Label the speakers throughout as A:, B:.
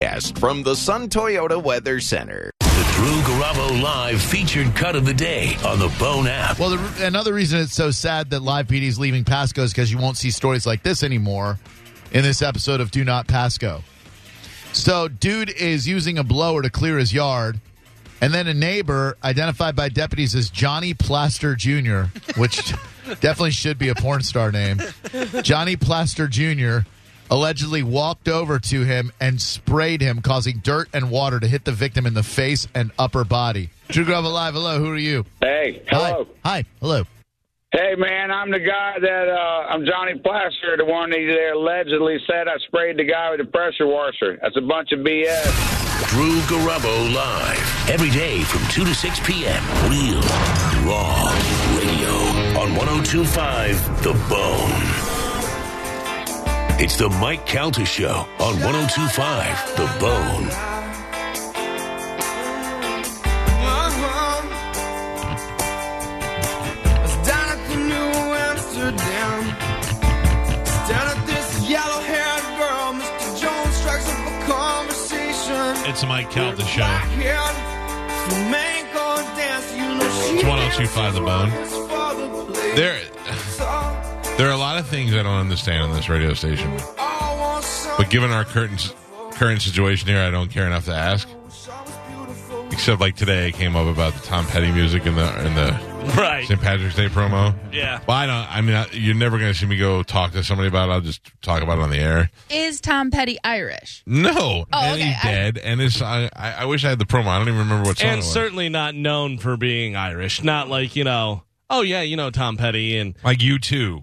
A: forecast from the Sun Toyota Weather Center.
B: The Drew Garabo Live featured cut of the day on the Bone app.
C: Well, the, another reason it's so sad that Live PD is leaving Pasco is because you won't see stories like this anymore in this episode of Do Not Pasco. So, dude is using a blower to clear his yard, and then a neighbor identified by deputies as Johnny Plaster Jr., which definitely should be a porn star name. Johnny Plaster Jr. allegedly walked over to him and sprayed him, causing dirt and water to hit the victim in the face and upper body. Drew Grove Live, hello, who are you?
D: Hey, hello.
C: Hi. Hi. Hello.
D: Hey, man, I'm the guy that uh, I'm Johnny Plaster, the one that there allegedly said I sprayed the guy with the pressure washer. That's a bunch of BS.
B: Drew Garabo Live. Every day from 2 to 6 p.m. Real, raw radio on 1025 The Bone. It's the Mike Calta Show on 1025 The Bone.
E: It's a Mike Calta show.
F: It's
E: 1025 The Bone.
F: There.
E: There, there are a lot of things I don't understand on this radio station, but given our current current situation here, I don't care enough to ask. Except like today, it came up about the Tom Petty music and the and the
G: Right.
E: St. Patrick's Day promo.
G: Yeah.
E: Well, I don't. I mean, I, you're never going to see me go talk to somebody about. it. I'll just talk about it on the air.
H: Is Tom Petty Irish?
E: No,
H: Oh,
E: and
H: okay,
E: he's
H: I-
E: dead, and it's. I, I I wish I had the promo. I don't even remember what song. it
G: And
E: was.
G: certainly not known for being Irish. Not like, you know, oh, yeah, you know Tom Petty and.
E: like you too,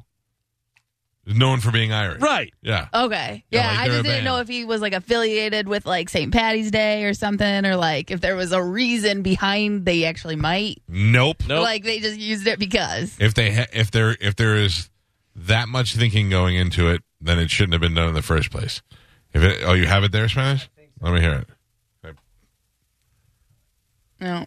E: known for being Irish.
G: Right.
E: Yeah.
H: Okay.
E: Yeah,
H: Yeah,
E: like
H: I
E: they're a
H: just
E: band.
H: didn't know if he was like affiliated with like St. Patty's Day or something, or like if there was a reason behind they actually might.
E: Nope.
G: Nope.
H: Like they just used it because.
E: If they ha- if there if there is that much thinking going into it, then it shouldn't have been done in the first place. If it, oh, you have it there, Spanish. Let me hear it.
H: No.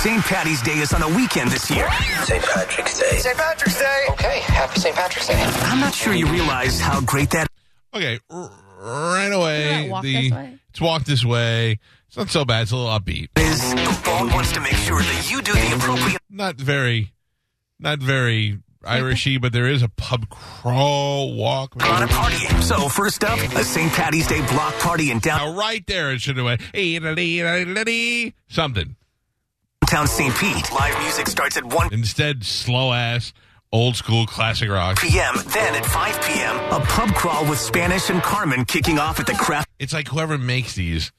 I: St. Patty's Day is on a weekend this year. St. Patrick's Day.
J: St. Patrick's Day. Okay, happy St. Patrick's Day.
I: I'm not sure you realize how great that
E: Okay, r- right away.
H: Isn't that Walk
E: the
H: This Way?
E: it's walk this way. It's not so bad. It's a little upbeat.
I: is. The bone wants to make sure that you do the appropriate
E: Not very, not very Irishy, but there is a pub crawl walk.
I: amount of partying. So first up, a St. Patty's Day block party in
E: Now, right there, it should have went "Eh, da, dee, da, dee, da, dee," something.
I: downtown St. Pete. Live music starts at 1
E: Instead, slow ass, old school classic rock.
I: p.m. Then at 5 p.m., a pub crawl with Spanish and Carmen kicking off at the Craft
E: It's like whoever makes these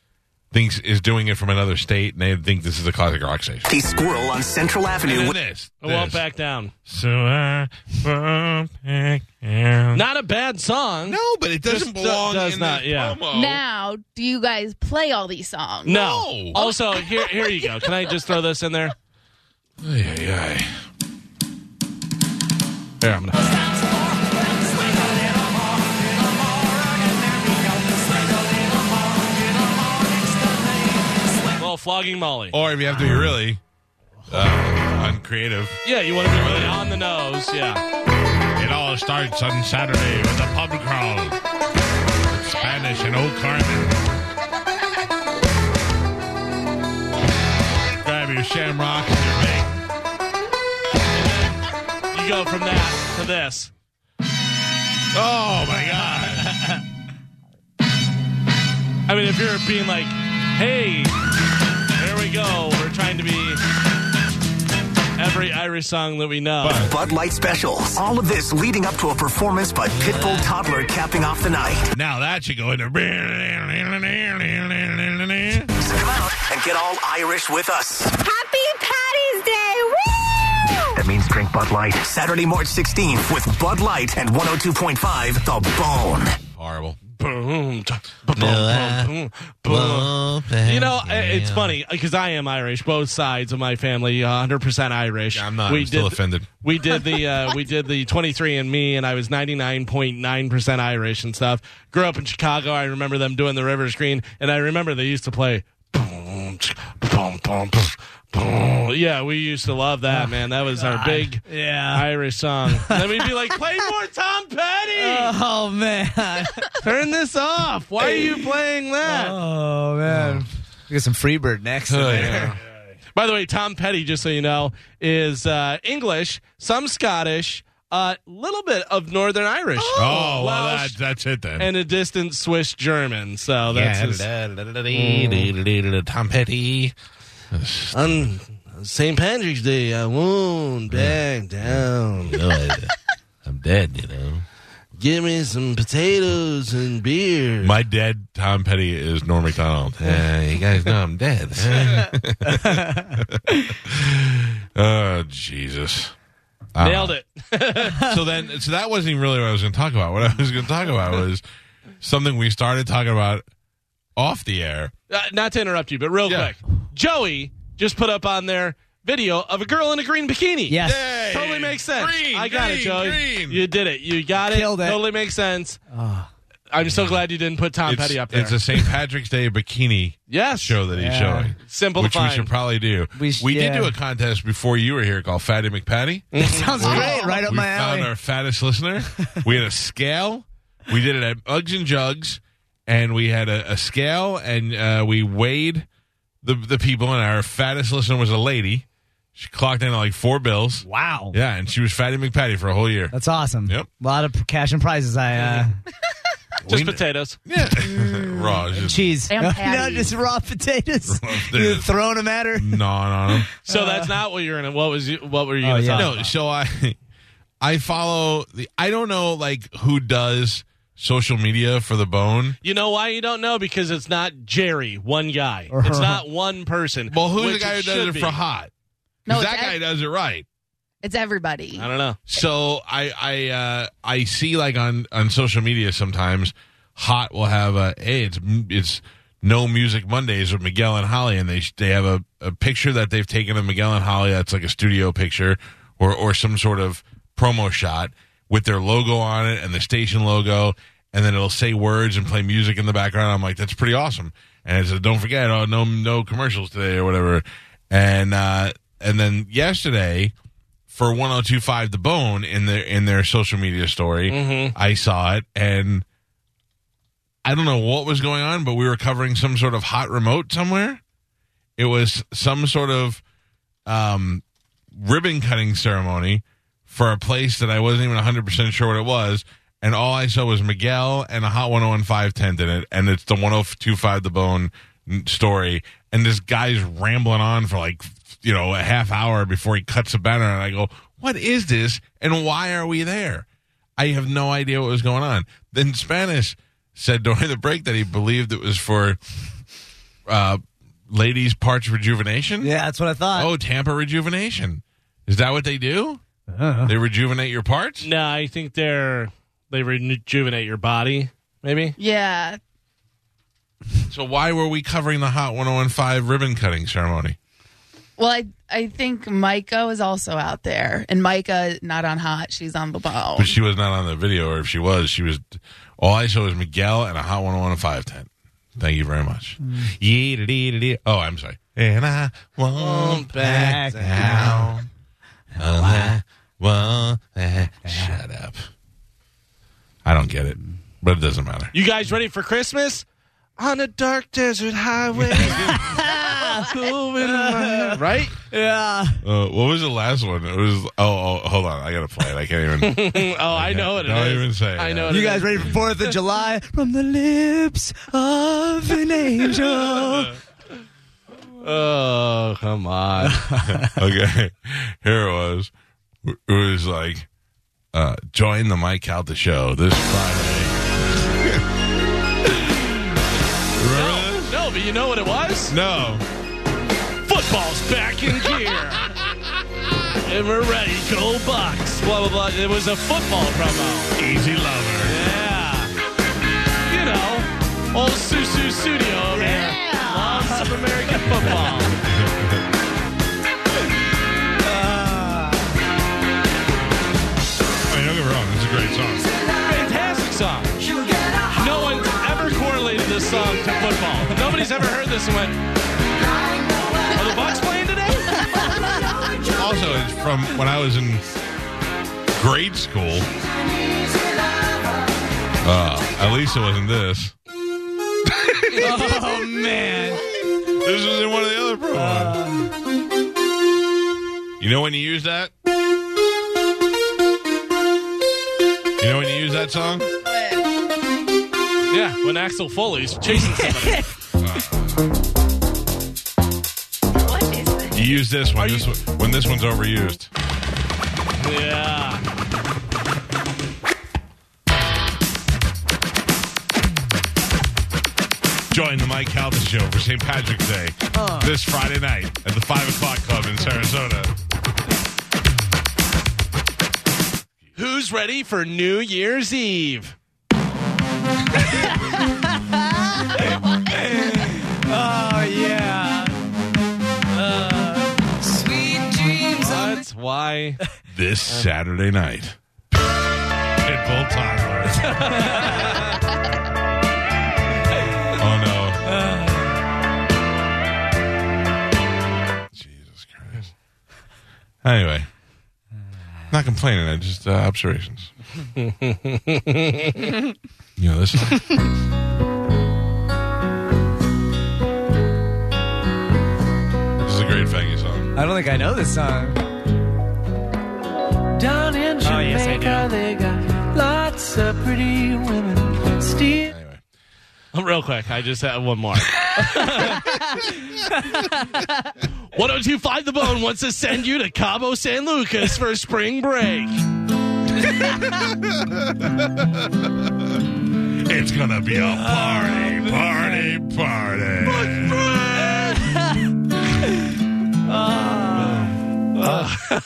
E: thinks is doing it from another state, and they think this is a classic rock station.
I: the Squirrel on Central
E: And
I: Avenue.
E: then
I: with-
E: this,
G: I won't
E: this.
G: back down.
E: So I won't back down.
G: Not a bad song.
E: No, but it doesn't
G: Just do-
E: belong
G: does
E: in
G: not,
E: this
G: yeah.
E: promo.
H: Now, do you guys play all these songs?
G: No.
E: Oh. No.
G: Also, here here you go. Can I just throw this in there?
E: Ay, ay, ay. There, I'm gonna.
G: Well, flogging Molly.
E: Or if you have to be really uh, uncreative,
G: Yeah, you want to be really on the nose. Yeah.
E: it all starts on Saturday with a pub crawl. Spanish and old Carmen. Grab your shamrock and your bang.
G: You go from that to this.
E: Oh my god!
G: I mean, if you're being like, hey, there we go. We're trying to be every Irish song that we know.
I: Bud Light specials. All of this leading up to a performance by Pitbull Toddler capping off the night.
E: Now that should go into.
I: So come out and get all Irish with us.
H: Happy Patty's Day! Woo!
I: That means drink Bud Light. Saturday, March 16th with Bud Light and 102.5 The Bone.
E: Horrible.
G: boom, t- boom, boom, boom, boom. You know, i- it's funny because I am Irish. Both sides of my family, uh, 100% Irish.
E: I'm not. I'm still
G: did,
E: offended.
G: We did the uh, we did the 23 and Me, and I was 99.9% Irish and stuff. Grew up in Chicago. I remember them doing the River Screen, and I remember they used to play. boom, tsk, boom, boom, boom, boom. Yeah, we used to love
E: Oh
G: that man. That was our big
F: Yeah.
G: Irish song. And then we'd be like, "Play more Tom Petty."
F: Oh man.
G: Turn this off. Why are you playing that?
F: Oh
K: We got some Freebird next.
G: Oh,
K: in there.
G: By the way, Tom Petty, just so you know, is uh, English, some Scottish, a little bit of Northern Irish.
E: Oh, well,
G: Welsh,
E: that, that's it then.
G: and a distant Swiss German. So that's his-
E: Tom Petty.
G: On St. Patrick's Day, I won't back down.
E: I'm dead, you know.
G: Give me some potatoes and beer.
E: My dad, Tom Petty, is Norm McDonald. Uh, you guys know I'm dead. oh, Jesus. Ah.
G: Nailed it.
E: so then, so that wasn't even really what I was going to talk about. What I was going to talk about was something we started talking about off the air.
G: Uh, not to interrupt you, but real
E: Yeah.
G: quick, Joey just put up on there video of a girl in a green bikini.
K: Yes.
E: Yay!
G: Totally makes sense.
E: Green,
G: I got it,
E: green,
G: Joey.
E: green.
G: You did it. You got it.
K: Killed it. Ah.
G: Totally makes sense. I'm so glad you didn't put Tom
E: it's,
G: Petty up there.
E: it's a St. Patrick's Day bikini
G: yes.
E: show that he's
K: Yeah.
E: showing.
G: Simple to
E: which we
G: find.
E: should probably do.
K: We
E: We,
K: sh-
E: did
K: yeah.
E: do a contest before you were here called Fatty McPatty.
K: That sounds great. Right up
E: we
K: my
E: found
K: alley.
E: our fattest listener. we had a scale. We did it at Uggs and Jugs, and we had a, a scale, and uh, we weighed the the people. And our fattest listener was a lady. She clocked in at like four bills.
K: wow.
E: Yeah, and she was Fatty McPatty for a whole year.
K: That's awesome.
E: Yep.
K: A lot of cash and prizes. I uh,
G: Just potatoes.
E: Yeah,
K: Mm.
E: raw, it's just
K: cheese.
H: And
K: No, no,
H: patties.
K: just raw potatoes.
E: Raw
K: You're
E: potatoes.
K: throwing them at her.
E: gnawing on them.
K: Uh.
G: So that's not what you're gonna. What was you? What were you?
K: Oh,
G: gonna
K: yeah.
G: talk
K: No,
G: about?
E: No, so I I follow the I don't know like who does social media for the bone.
G: You know why you don't know? Because it's not Jerry, one guy.
K: Or-
G: It's not one person.
E: Well, who's the
G: which
E: guy who does
G: should
E: it
G: be.
E: for hot?
H: No,
E: 'Cause
H: it's
E: that guy
H: ev-
E: does it right.
H: It's everybody.
G: I don't know.
E: So I I uh, I see like on on social media sometimes hot will have a hey it's it's no music Mondays with Miguel and Holly and they they have a, a picture that they've taken of Miguel and Holly that's like a studio picture or or some sort of promo shot with their logo on it and the station logo and then it'll say words and play music in the background I'm like that's pretty awesome and it says don't forget oh no no commercials today or whatever and uh and then yesterday for 1025 the bone in their in their social media story i saw it and i don't know what was going on but we were covering some sort of hot remote somewhere it was some sort of um ribbon cutting ceremony for a place that i wasn't even 100% sure what it was and all i saw was miguel and a hot 1015 tent in it and it's the 1025 the bone n- story and this guy's rambling on for like you know a half hour before he cuts a banner and i go what is this and why are we there i have no idea what was going on then spanish said during the break that he believed it was for uh ladies parts rejuvenation
K: Yeah, that's what I thought.
E: oh tampa rejuvenation is that what they do
K: Uh-huh.
E: they rejuvenate your parts
G: No, I think they're they rejuvenate your body. Maybe
H: Yeah.
E: so why were we covering the hot 1015 ribbon cutting ceremony
H: Well, I I think Micah is also out there, and Micah not on hot. She's on the ball.
E: but she was not on the video or if she was she was all i saw was miguel and a hot 1015 tent thank you very much
K: Mm.
E: Yee-dee-dee-dee-dee. oh i'm sorry and i won't back down And I won't back- shut up i don't get it but it doesn't matter
G: you guys ready for Christmas? On a dark desert highway, right?
K: Yeah.
E: Uh, what was the last one? It was oh, oh hold on, I gotta play it. I can't even.
G: oh, I know what it is.
E: Don't even say it.
G: I know. What
K: You
G: it
K: guys
G: is.
K: ready for Fourth of July? From the lips of an angel.
G: Oh, come on.
E: okay, here it was. It was like uh, join the Mike Calta show this Friday. Remember this?
G: no, but you know what it was?
E: No,
G: Football's back in gear. and we're ready. Go Bucks. Blah, blah, blah. It was a football promo.
E: easy lover.
G: Yeah. You know, old Susu Studio over here. Loves some American football.
E: I mean, don't get me wrong, it's a great song.
G: Fantastic song. No one's ever correlated this song to football. Nobody's ever heard this and went, Are the Bucks playing today?
E: Also, it's from when I was in grade school. Uh, at least it wasn't this.
K: oh man.
E: This was in one of the other programs. you know when you use that? You know when you use that song?
G: Yeah, when Axel Foley's chasing somebody.
E: You use this when this one, when this one's overused.
G: yeah.
E: Join the Mike Calvin Show for St. Patrick's Day this Friday night at the five o'clock club in Sarasota.
G: Who's ready for New Year's Eve?
K: Oh yeah. Uh, Sweet dreams. of-
G: That's why.
E: This Saturday night, Pitbull Toddler. oh no! Jesus Christ! Anyway, not complaining. I just uh, observations. you know this one. this is a great Faggy song.
K: I don't think I know this song. Down in Jamaica, oh, yes, I do. they got lots of pretty women. Steve.
E: Anyway,
G: Oh, Real quick, I just have one more. 1025 The Bone wants to send you to Cabo San Lucas for spring break.
E: it's gonna be a party, party, party.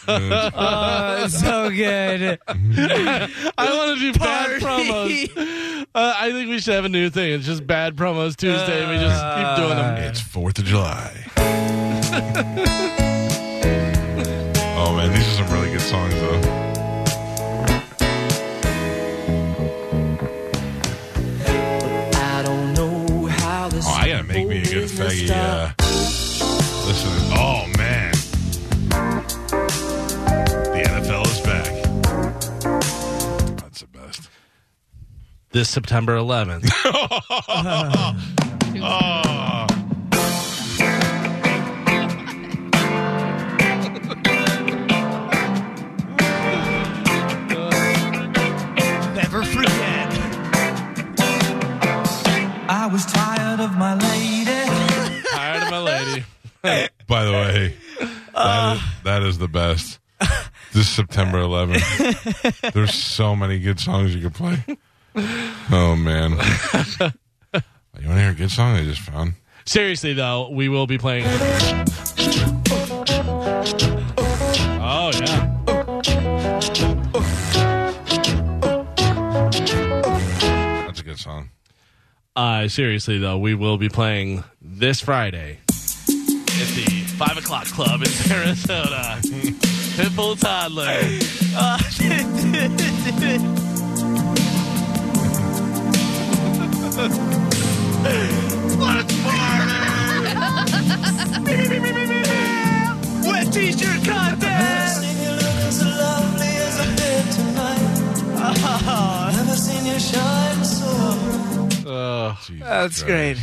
K: Oh, it's so good.
G: I want to do bad
K: Party.
G: promos. Uh, I think we should have a new thing. It's just bad promos Tuesday. we just keep doing them.
E: It's Fourth of July. oh man, these are some really good songs though.
F: I don't know how this.
E: Oh, I gotta make me a good faggy. Uh, listen, oh man, the NFL is back. That's the best.
G: This September 11th.
E: Oh,
K: Never forget. I was tired of my lady.
G: Tired of my lady.
E: by the way, that is, that is the best. This September 11th. There's so many good songs you could play. Oh man, you want to hear a good song I just found?
G: Seriously, though, we will be playing. Oh, yeah.
E: That's a good song.
G: Uh, seriously, though, we will be playing this Friday at the 5 o'clock club in Sarasota. Pitbull Toddler.
K: Wet t-shirt contest.
G: Uh,
E: Jesus
K: That's
E: Christ.
K: great.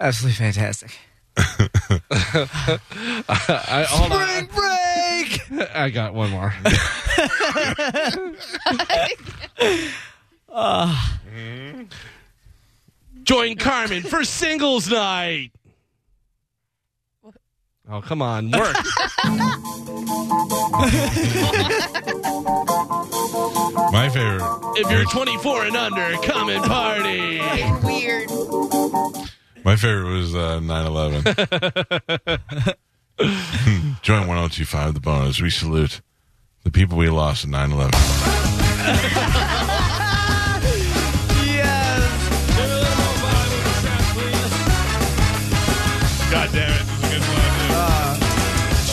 K: Absolutely fantastic.
G: I, hold on.
K: Break.
G: I got one more. Join Carmen for singles night. Oh, come on. Work.
E: My favorite.
G: if you're 24 and under, come and party.
H: Weird.
E: My favorite was uh, 9/11. Join 1025 the bonus. We salute the people we lost in 9/11.
K: Yes.
E: God damn it!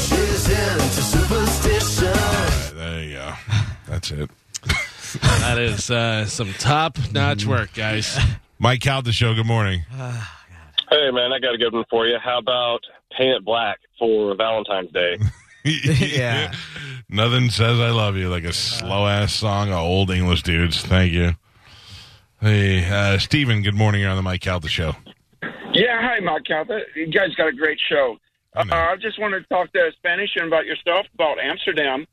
E: This is a good song. All right, there you go. That's it.
G: That is uh, some top notch work, guys.
E: Mike Cal, the show. Good morning.
L: Hey, man, I got a good one for you. How about paint it black for Valentine's Day?
K: Yeah.
E: Nothing says I love you like a slow ass song of old English dudes. Thank you. Hey, uh, Steven, good morning. You're on the Mike Calda show.
M: Yeah, hi, Mike Calvert. You guys got a great show. Uh, I just wanted to talk to Spanish and about yourself, about Amsterdam.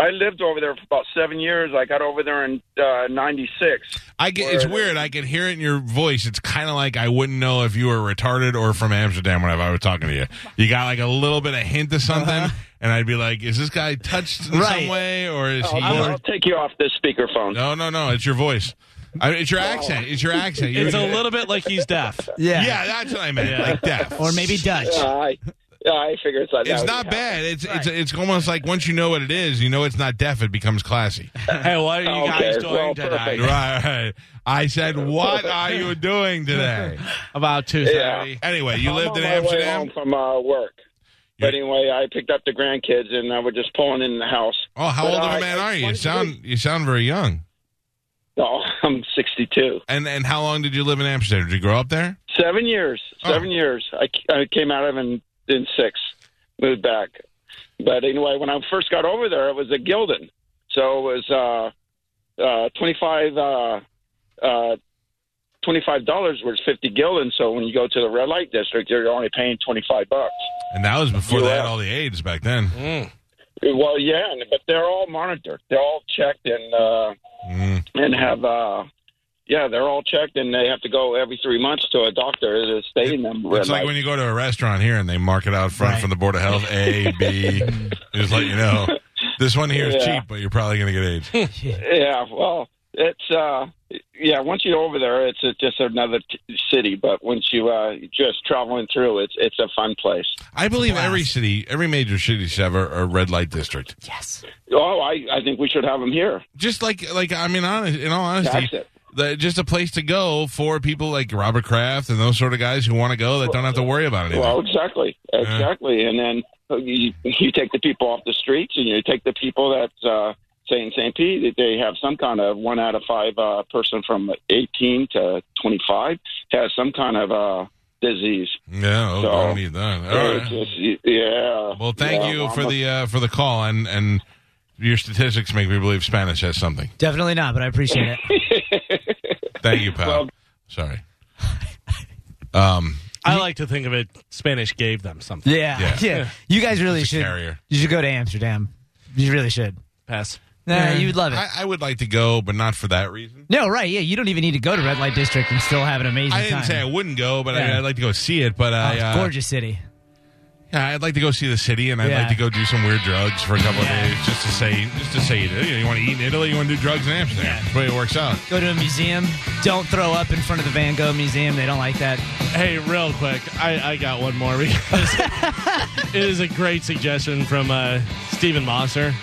M: I lived over there for about seven years. I got over there in uh, 96.
E: I get, it's weird. I can hear it in your voice. It's kind of like I wouldn't know if you were retarded or from Amsterdam when I was talking to you. You got like a little bit of hint of something, and I'd be like, "Is this guy touched in some
M: Right.
E: way, or is
M: I'll,
E: he?"
M: I'll take you off this speakerphone.
E: No, no, no. It's your voice. I mean, it's your accent. It's your accent.
G: It's a little bit like he's deaf.
E: Yeah. Yeah, that's what I meant. Like deaf.
N: Or maybe Dutch.
M: Yeah, I, yeah, I figure it's not.
E: It's not bad. It's it's it's almost like once you know what it is, you know it's not deaf. It becomes classy.
G: Hey, what are you guys doing tonight?
E: Right, right. I said, "What are you doing today?"
G: About two
E: thirty. Anyway, you
M: I'm
E: lived
M: on
E: in
M: my way
E: Amsterdam.
M: home from uh, work. But anyway, I picked up the grandkids and I was just pulling in the house.
E: Oh, how
M: But,
E: old of
M: uh,
E: a man are you? You
M: 23.
E: sound you sound very young.
M: No, I'm 62.
E: And and how long did you live in Amsterdam? Did you grow up there?
M: Seven years.
E: Oh.
M: Seven years. I, I came out of in, in six, moved back. But anyway, when I first got over there, it was a Gildan. So it was uh, uh, 25 uh, uh, $25 was 50 Gildan. So when you go to the red light district, you're only paying 25 bucks.
E: And that was before they had all the AIDS back then.
G: Mm.
M: Well, yeah, and- but they're all monitored. They're all checked and uh,
E: Mm.
M: and have uh, yeah, they're all checked and they have to go every three months to a doctor to stay in them. red
E: It's like
M: light.
E: when you go to a restaurant here and they mark it out front from the board of health A B. just let you know this one here is
M: Yeah.
E: cheap, but you're probably going to get AIDS.
M: yeah, well, it's uh, yeah. Once you're over there, it's, it's just another t- city. But once you uh, just traveling through, it's it's a fun place.
E: I believe every city, every major city should have a, a red light district. Yes.
M: Oh, I I think we should have them here.
E: Just like like I mean, honest in all honesty,
M: That's it.
E: the, just a place to go for people like Robert Kraft and those sort of guys who want to go that don't have to worry about anything.
M: Well, exactly, exactly. And then you, you take the people off the streets, and you take the people that uh, say in St. Pete that they have some kind of one out of five uh, person from 18 to 25 has some kind of uh, disease.
E: yeah, oh,
M: So-
E: I don't need that. All
M: Yeah,
E: right.
M: it's just- yeah.
E: Well, thank
M: Yeah,
E: you
M: I'm
E: for
M: a-
E: the uh, for the call and and your statistics make me believe Spanish has something.
N: Definitely not, but I appreciate it.
E: Thank you, pal. Sorry. Um,
G: I like to think of it. Spanish gave them something.
N: Yeah, yeah. You guys really should.
E: carrier.
N: You should go to Amsterdam. You really should.
G: Pass.
N: Nah,
E: Yeah.
N: you would love it.
E: I, I would like to go, but not for that reason.
N: no, right? Yeah, you don't even need to go to red light district and still have an amazing
E: I didn't
N: time.
E: say I wouldn't go, but I,
N: Yeah.
E: I'd like to go see it. But
N: Oh,
E: I
N: it's
E: uh,
N: a gorgeous city.
E: Yeah, I'd like to go see the city, and I'd
N: Yeah.
E: like to go do some weird drugs for a couple of days, just to say, just to say, you, know, you want to eat in Italy, you want to do drugs in Amsterdam. That's the way it works out.
N: Go to a museum. Don't throw up in front of the Van Gogh Museum. They don't like that.
G: Hey, real quick, I, I got one more because it is a great suggestion from uh, Stephen Mosser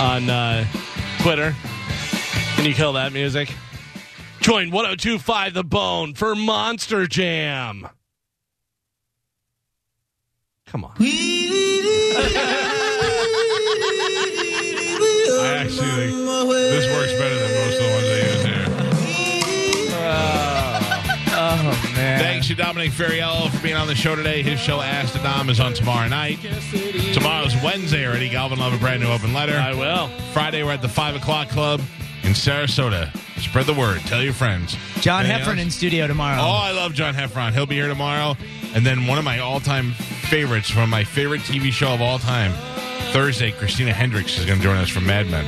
G: on uh, Twitter. Can you kill that music? Join 1025 The Bone for Monster Jam. Come on.
E: I actually think this works better than most of the ones they use here.
N: Oh man!
E: Thanks to Dominic Ferriello for being on the show today. His show Ask the Dom is on tomorrow night. Tomorrow's Wednesday already. Galvin will have a brand new open letter. I
G: will.
E: Friday we're at the five o'clock club in Sarasota. Spread the word. Tell your friends.
N: John
E: Anything
N: Heffron
E: else?
N: in studio tomorrow.
E: Oh, I love John Heffron. He'll be here tomorrow. And then one of my all-time favorites from my favorite TV show of all time, Thursday, Christina Hendricks is going to join us from Mad Men.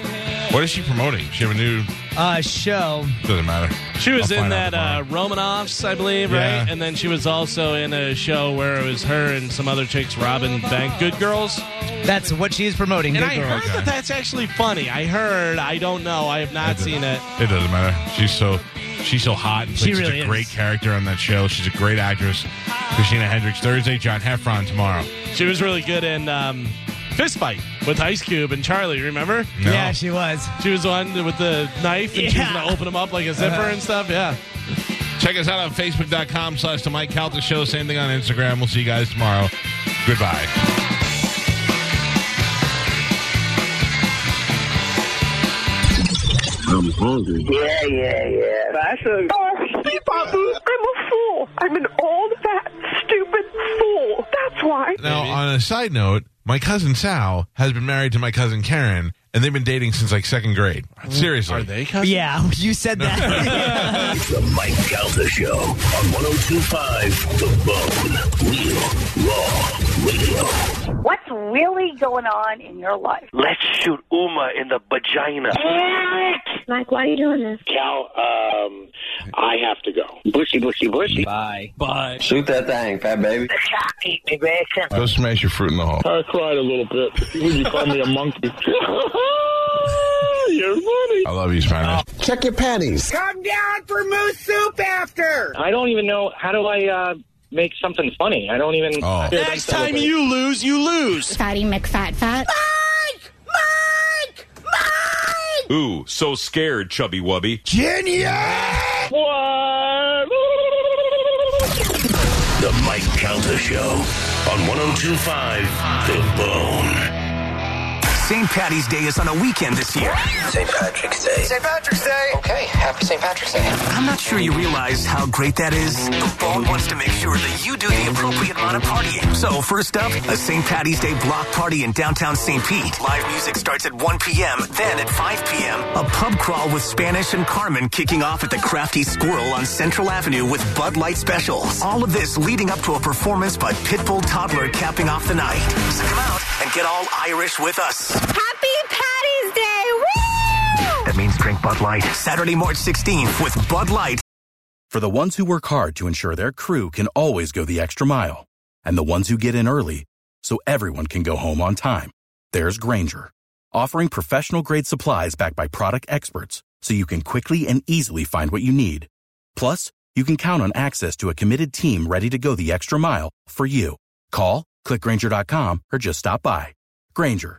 E: What is she promoting? She have a new.
N: Uh, show.
E: Doesn't matter.
G: She was
E: I'll
G: in
E: find out
G: that uh, Romanoffs, I believe,
E: Yeah.
G: right? And then she was also in a show where it was her and some other chicks, Robin Bank, Good Girls.
N: That's what she is promoting.
G: And
N: Good
G: I
N: girl.
G: heard that that's actually funny. I heard. I don't know. I have not seen it.
E: It doesn't matter. She's so she's so hot and
G: She
E: plays
G: really
E: such a
G: is.
E: great character on that show. She's a great actress. Christina Hendricks Thursday, John Heffron tomorrow.
G: She was really good in um, Fist Fight with Ice Cube and Charlie. Remember?
E: No. Yeah,
N: she was.
G: She was the one with the knife, and she was
N: Yeah.
G: gonna open him up like a zipper
N: Uh-huh.
G: and stuff. Yeah.
E: Check us out on Facebook.com slash the Mike Calta Show. Same thing on Instagram. We'll see you guys tomorrow. Goodbye.
B: I'm hungry.
O: Yeah, yeah, yeah. That's a. Oh, see, Babu, I'm a fool. I'm an old, fat, stupid fool. That's why.
E: Now, on a side note, my cousin Sal has been married to my cousin Karen, and they've been dating since like second grade. Seriously, are
P: they?
Q: Yeah, you said that.
R: The Mike Calta Show on 1025 The Bone. Real, raw radio.
S: What's really going on in your life?
R: Let's shoot Uma in the vagina.
S: Eric!
T: Mike, why are you doing this?
M: Cal, um, I have to go. Bushy, bushy, bushy.
Q: Bye. Bye.
M: Shoot that thing, fat baby.
S: Eat me, bacon.
E: Go smash your fruit in the hole.
U: I cried a little bit. Would you call me a monkey? You're funny.
E: I love you, Spanish.
M: Check your panties.
V: Come down for moose soup after.
M: I don't even know. How do I uh, make something funny? I don't even.
E: Oh.
P: Next time you lose, you lose.
T: Fatty McFat Fat.
V: Mike! Mike! Mike!
W: Ooh, so scared, Chubby Wubby.
V: Genius!
M: What?
R: The Mike Calta Show on 1025 The Bone.
I: St. Patty's Day is on a weekend this year.
F: St. Patrick's Day. St. Patrick's Day. Okay, happy St. Patrick's Day.
I: I'm not sure you realize how great that is. The Bone wants to make sure that you do the appropriate amount of partying. So, first up, a St. Patty's Day block party in downtown St. Pete. Live music starts at 1 p.m., then at 5 p.m., a pub crawl with Spanish and Carmen kicking off at the Crafty Squirrel on Central Avenue with Bud Light specials. All of this leading up to a performance by Pitbull Toddler capping off the night. So, come out and get all Irish with us.
T: Happy Patty's Day! Woo!
I: That means drink Bud Light. Saturday, March 16th with Bud Light.
G: For the ones who work hard to ensure their crew can always go the extra mile, and the ones who get in early so everyone can go home on time, there's Granger, offering professional grade supplies backed by product experts so you can quickly and easily find what you need. Plus, you can count on access to a committed team ready to go the extra mile for you. Call, clickgranger.com, or just stop by. Granger,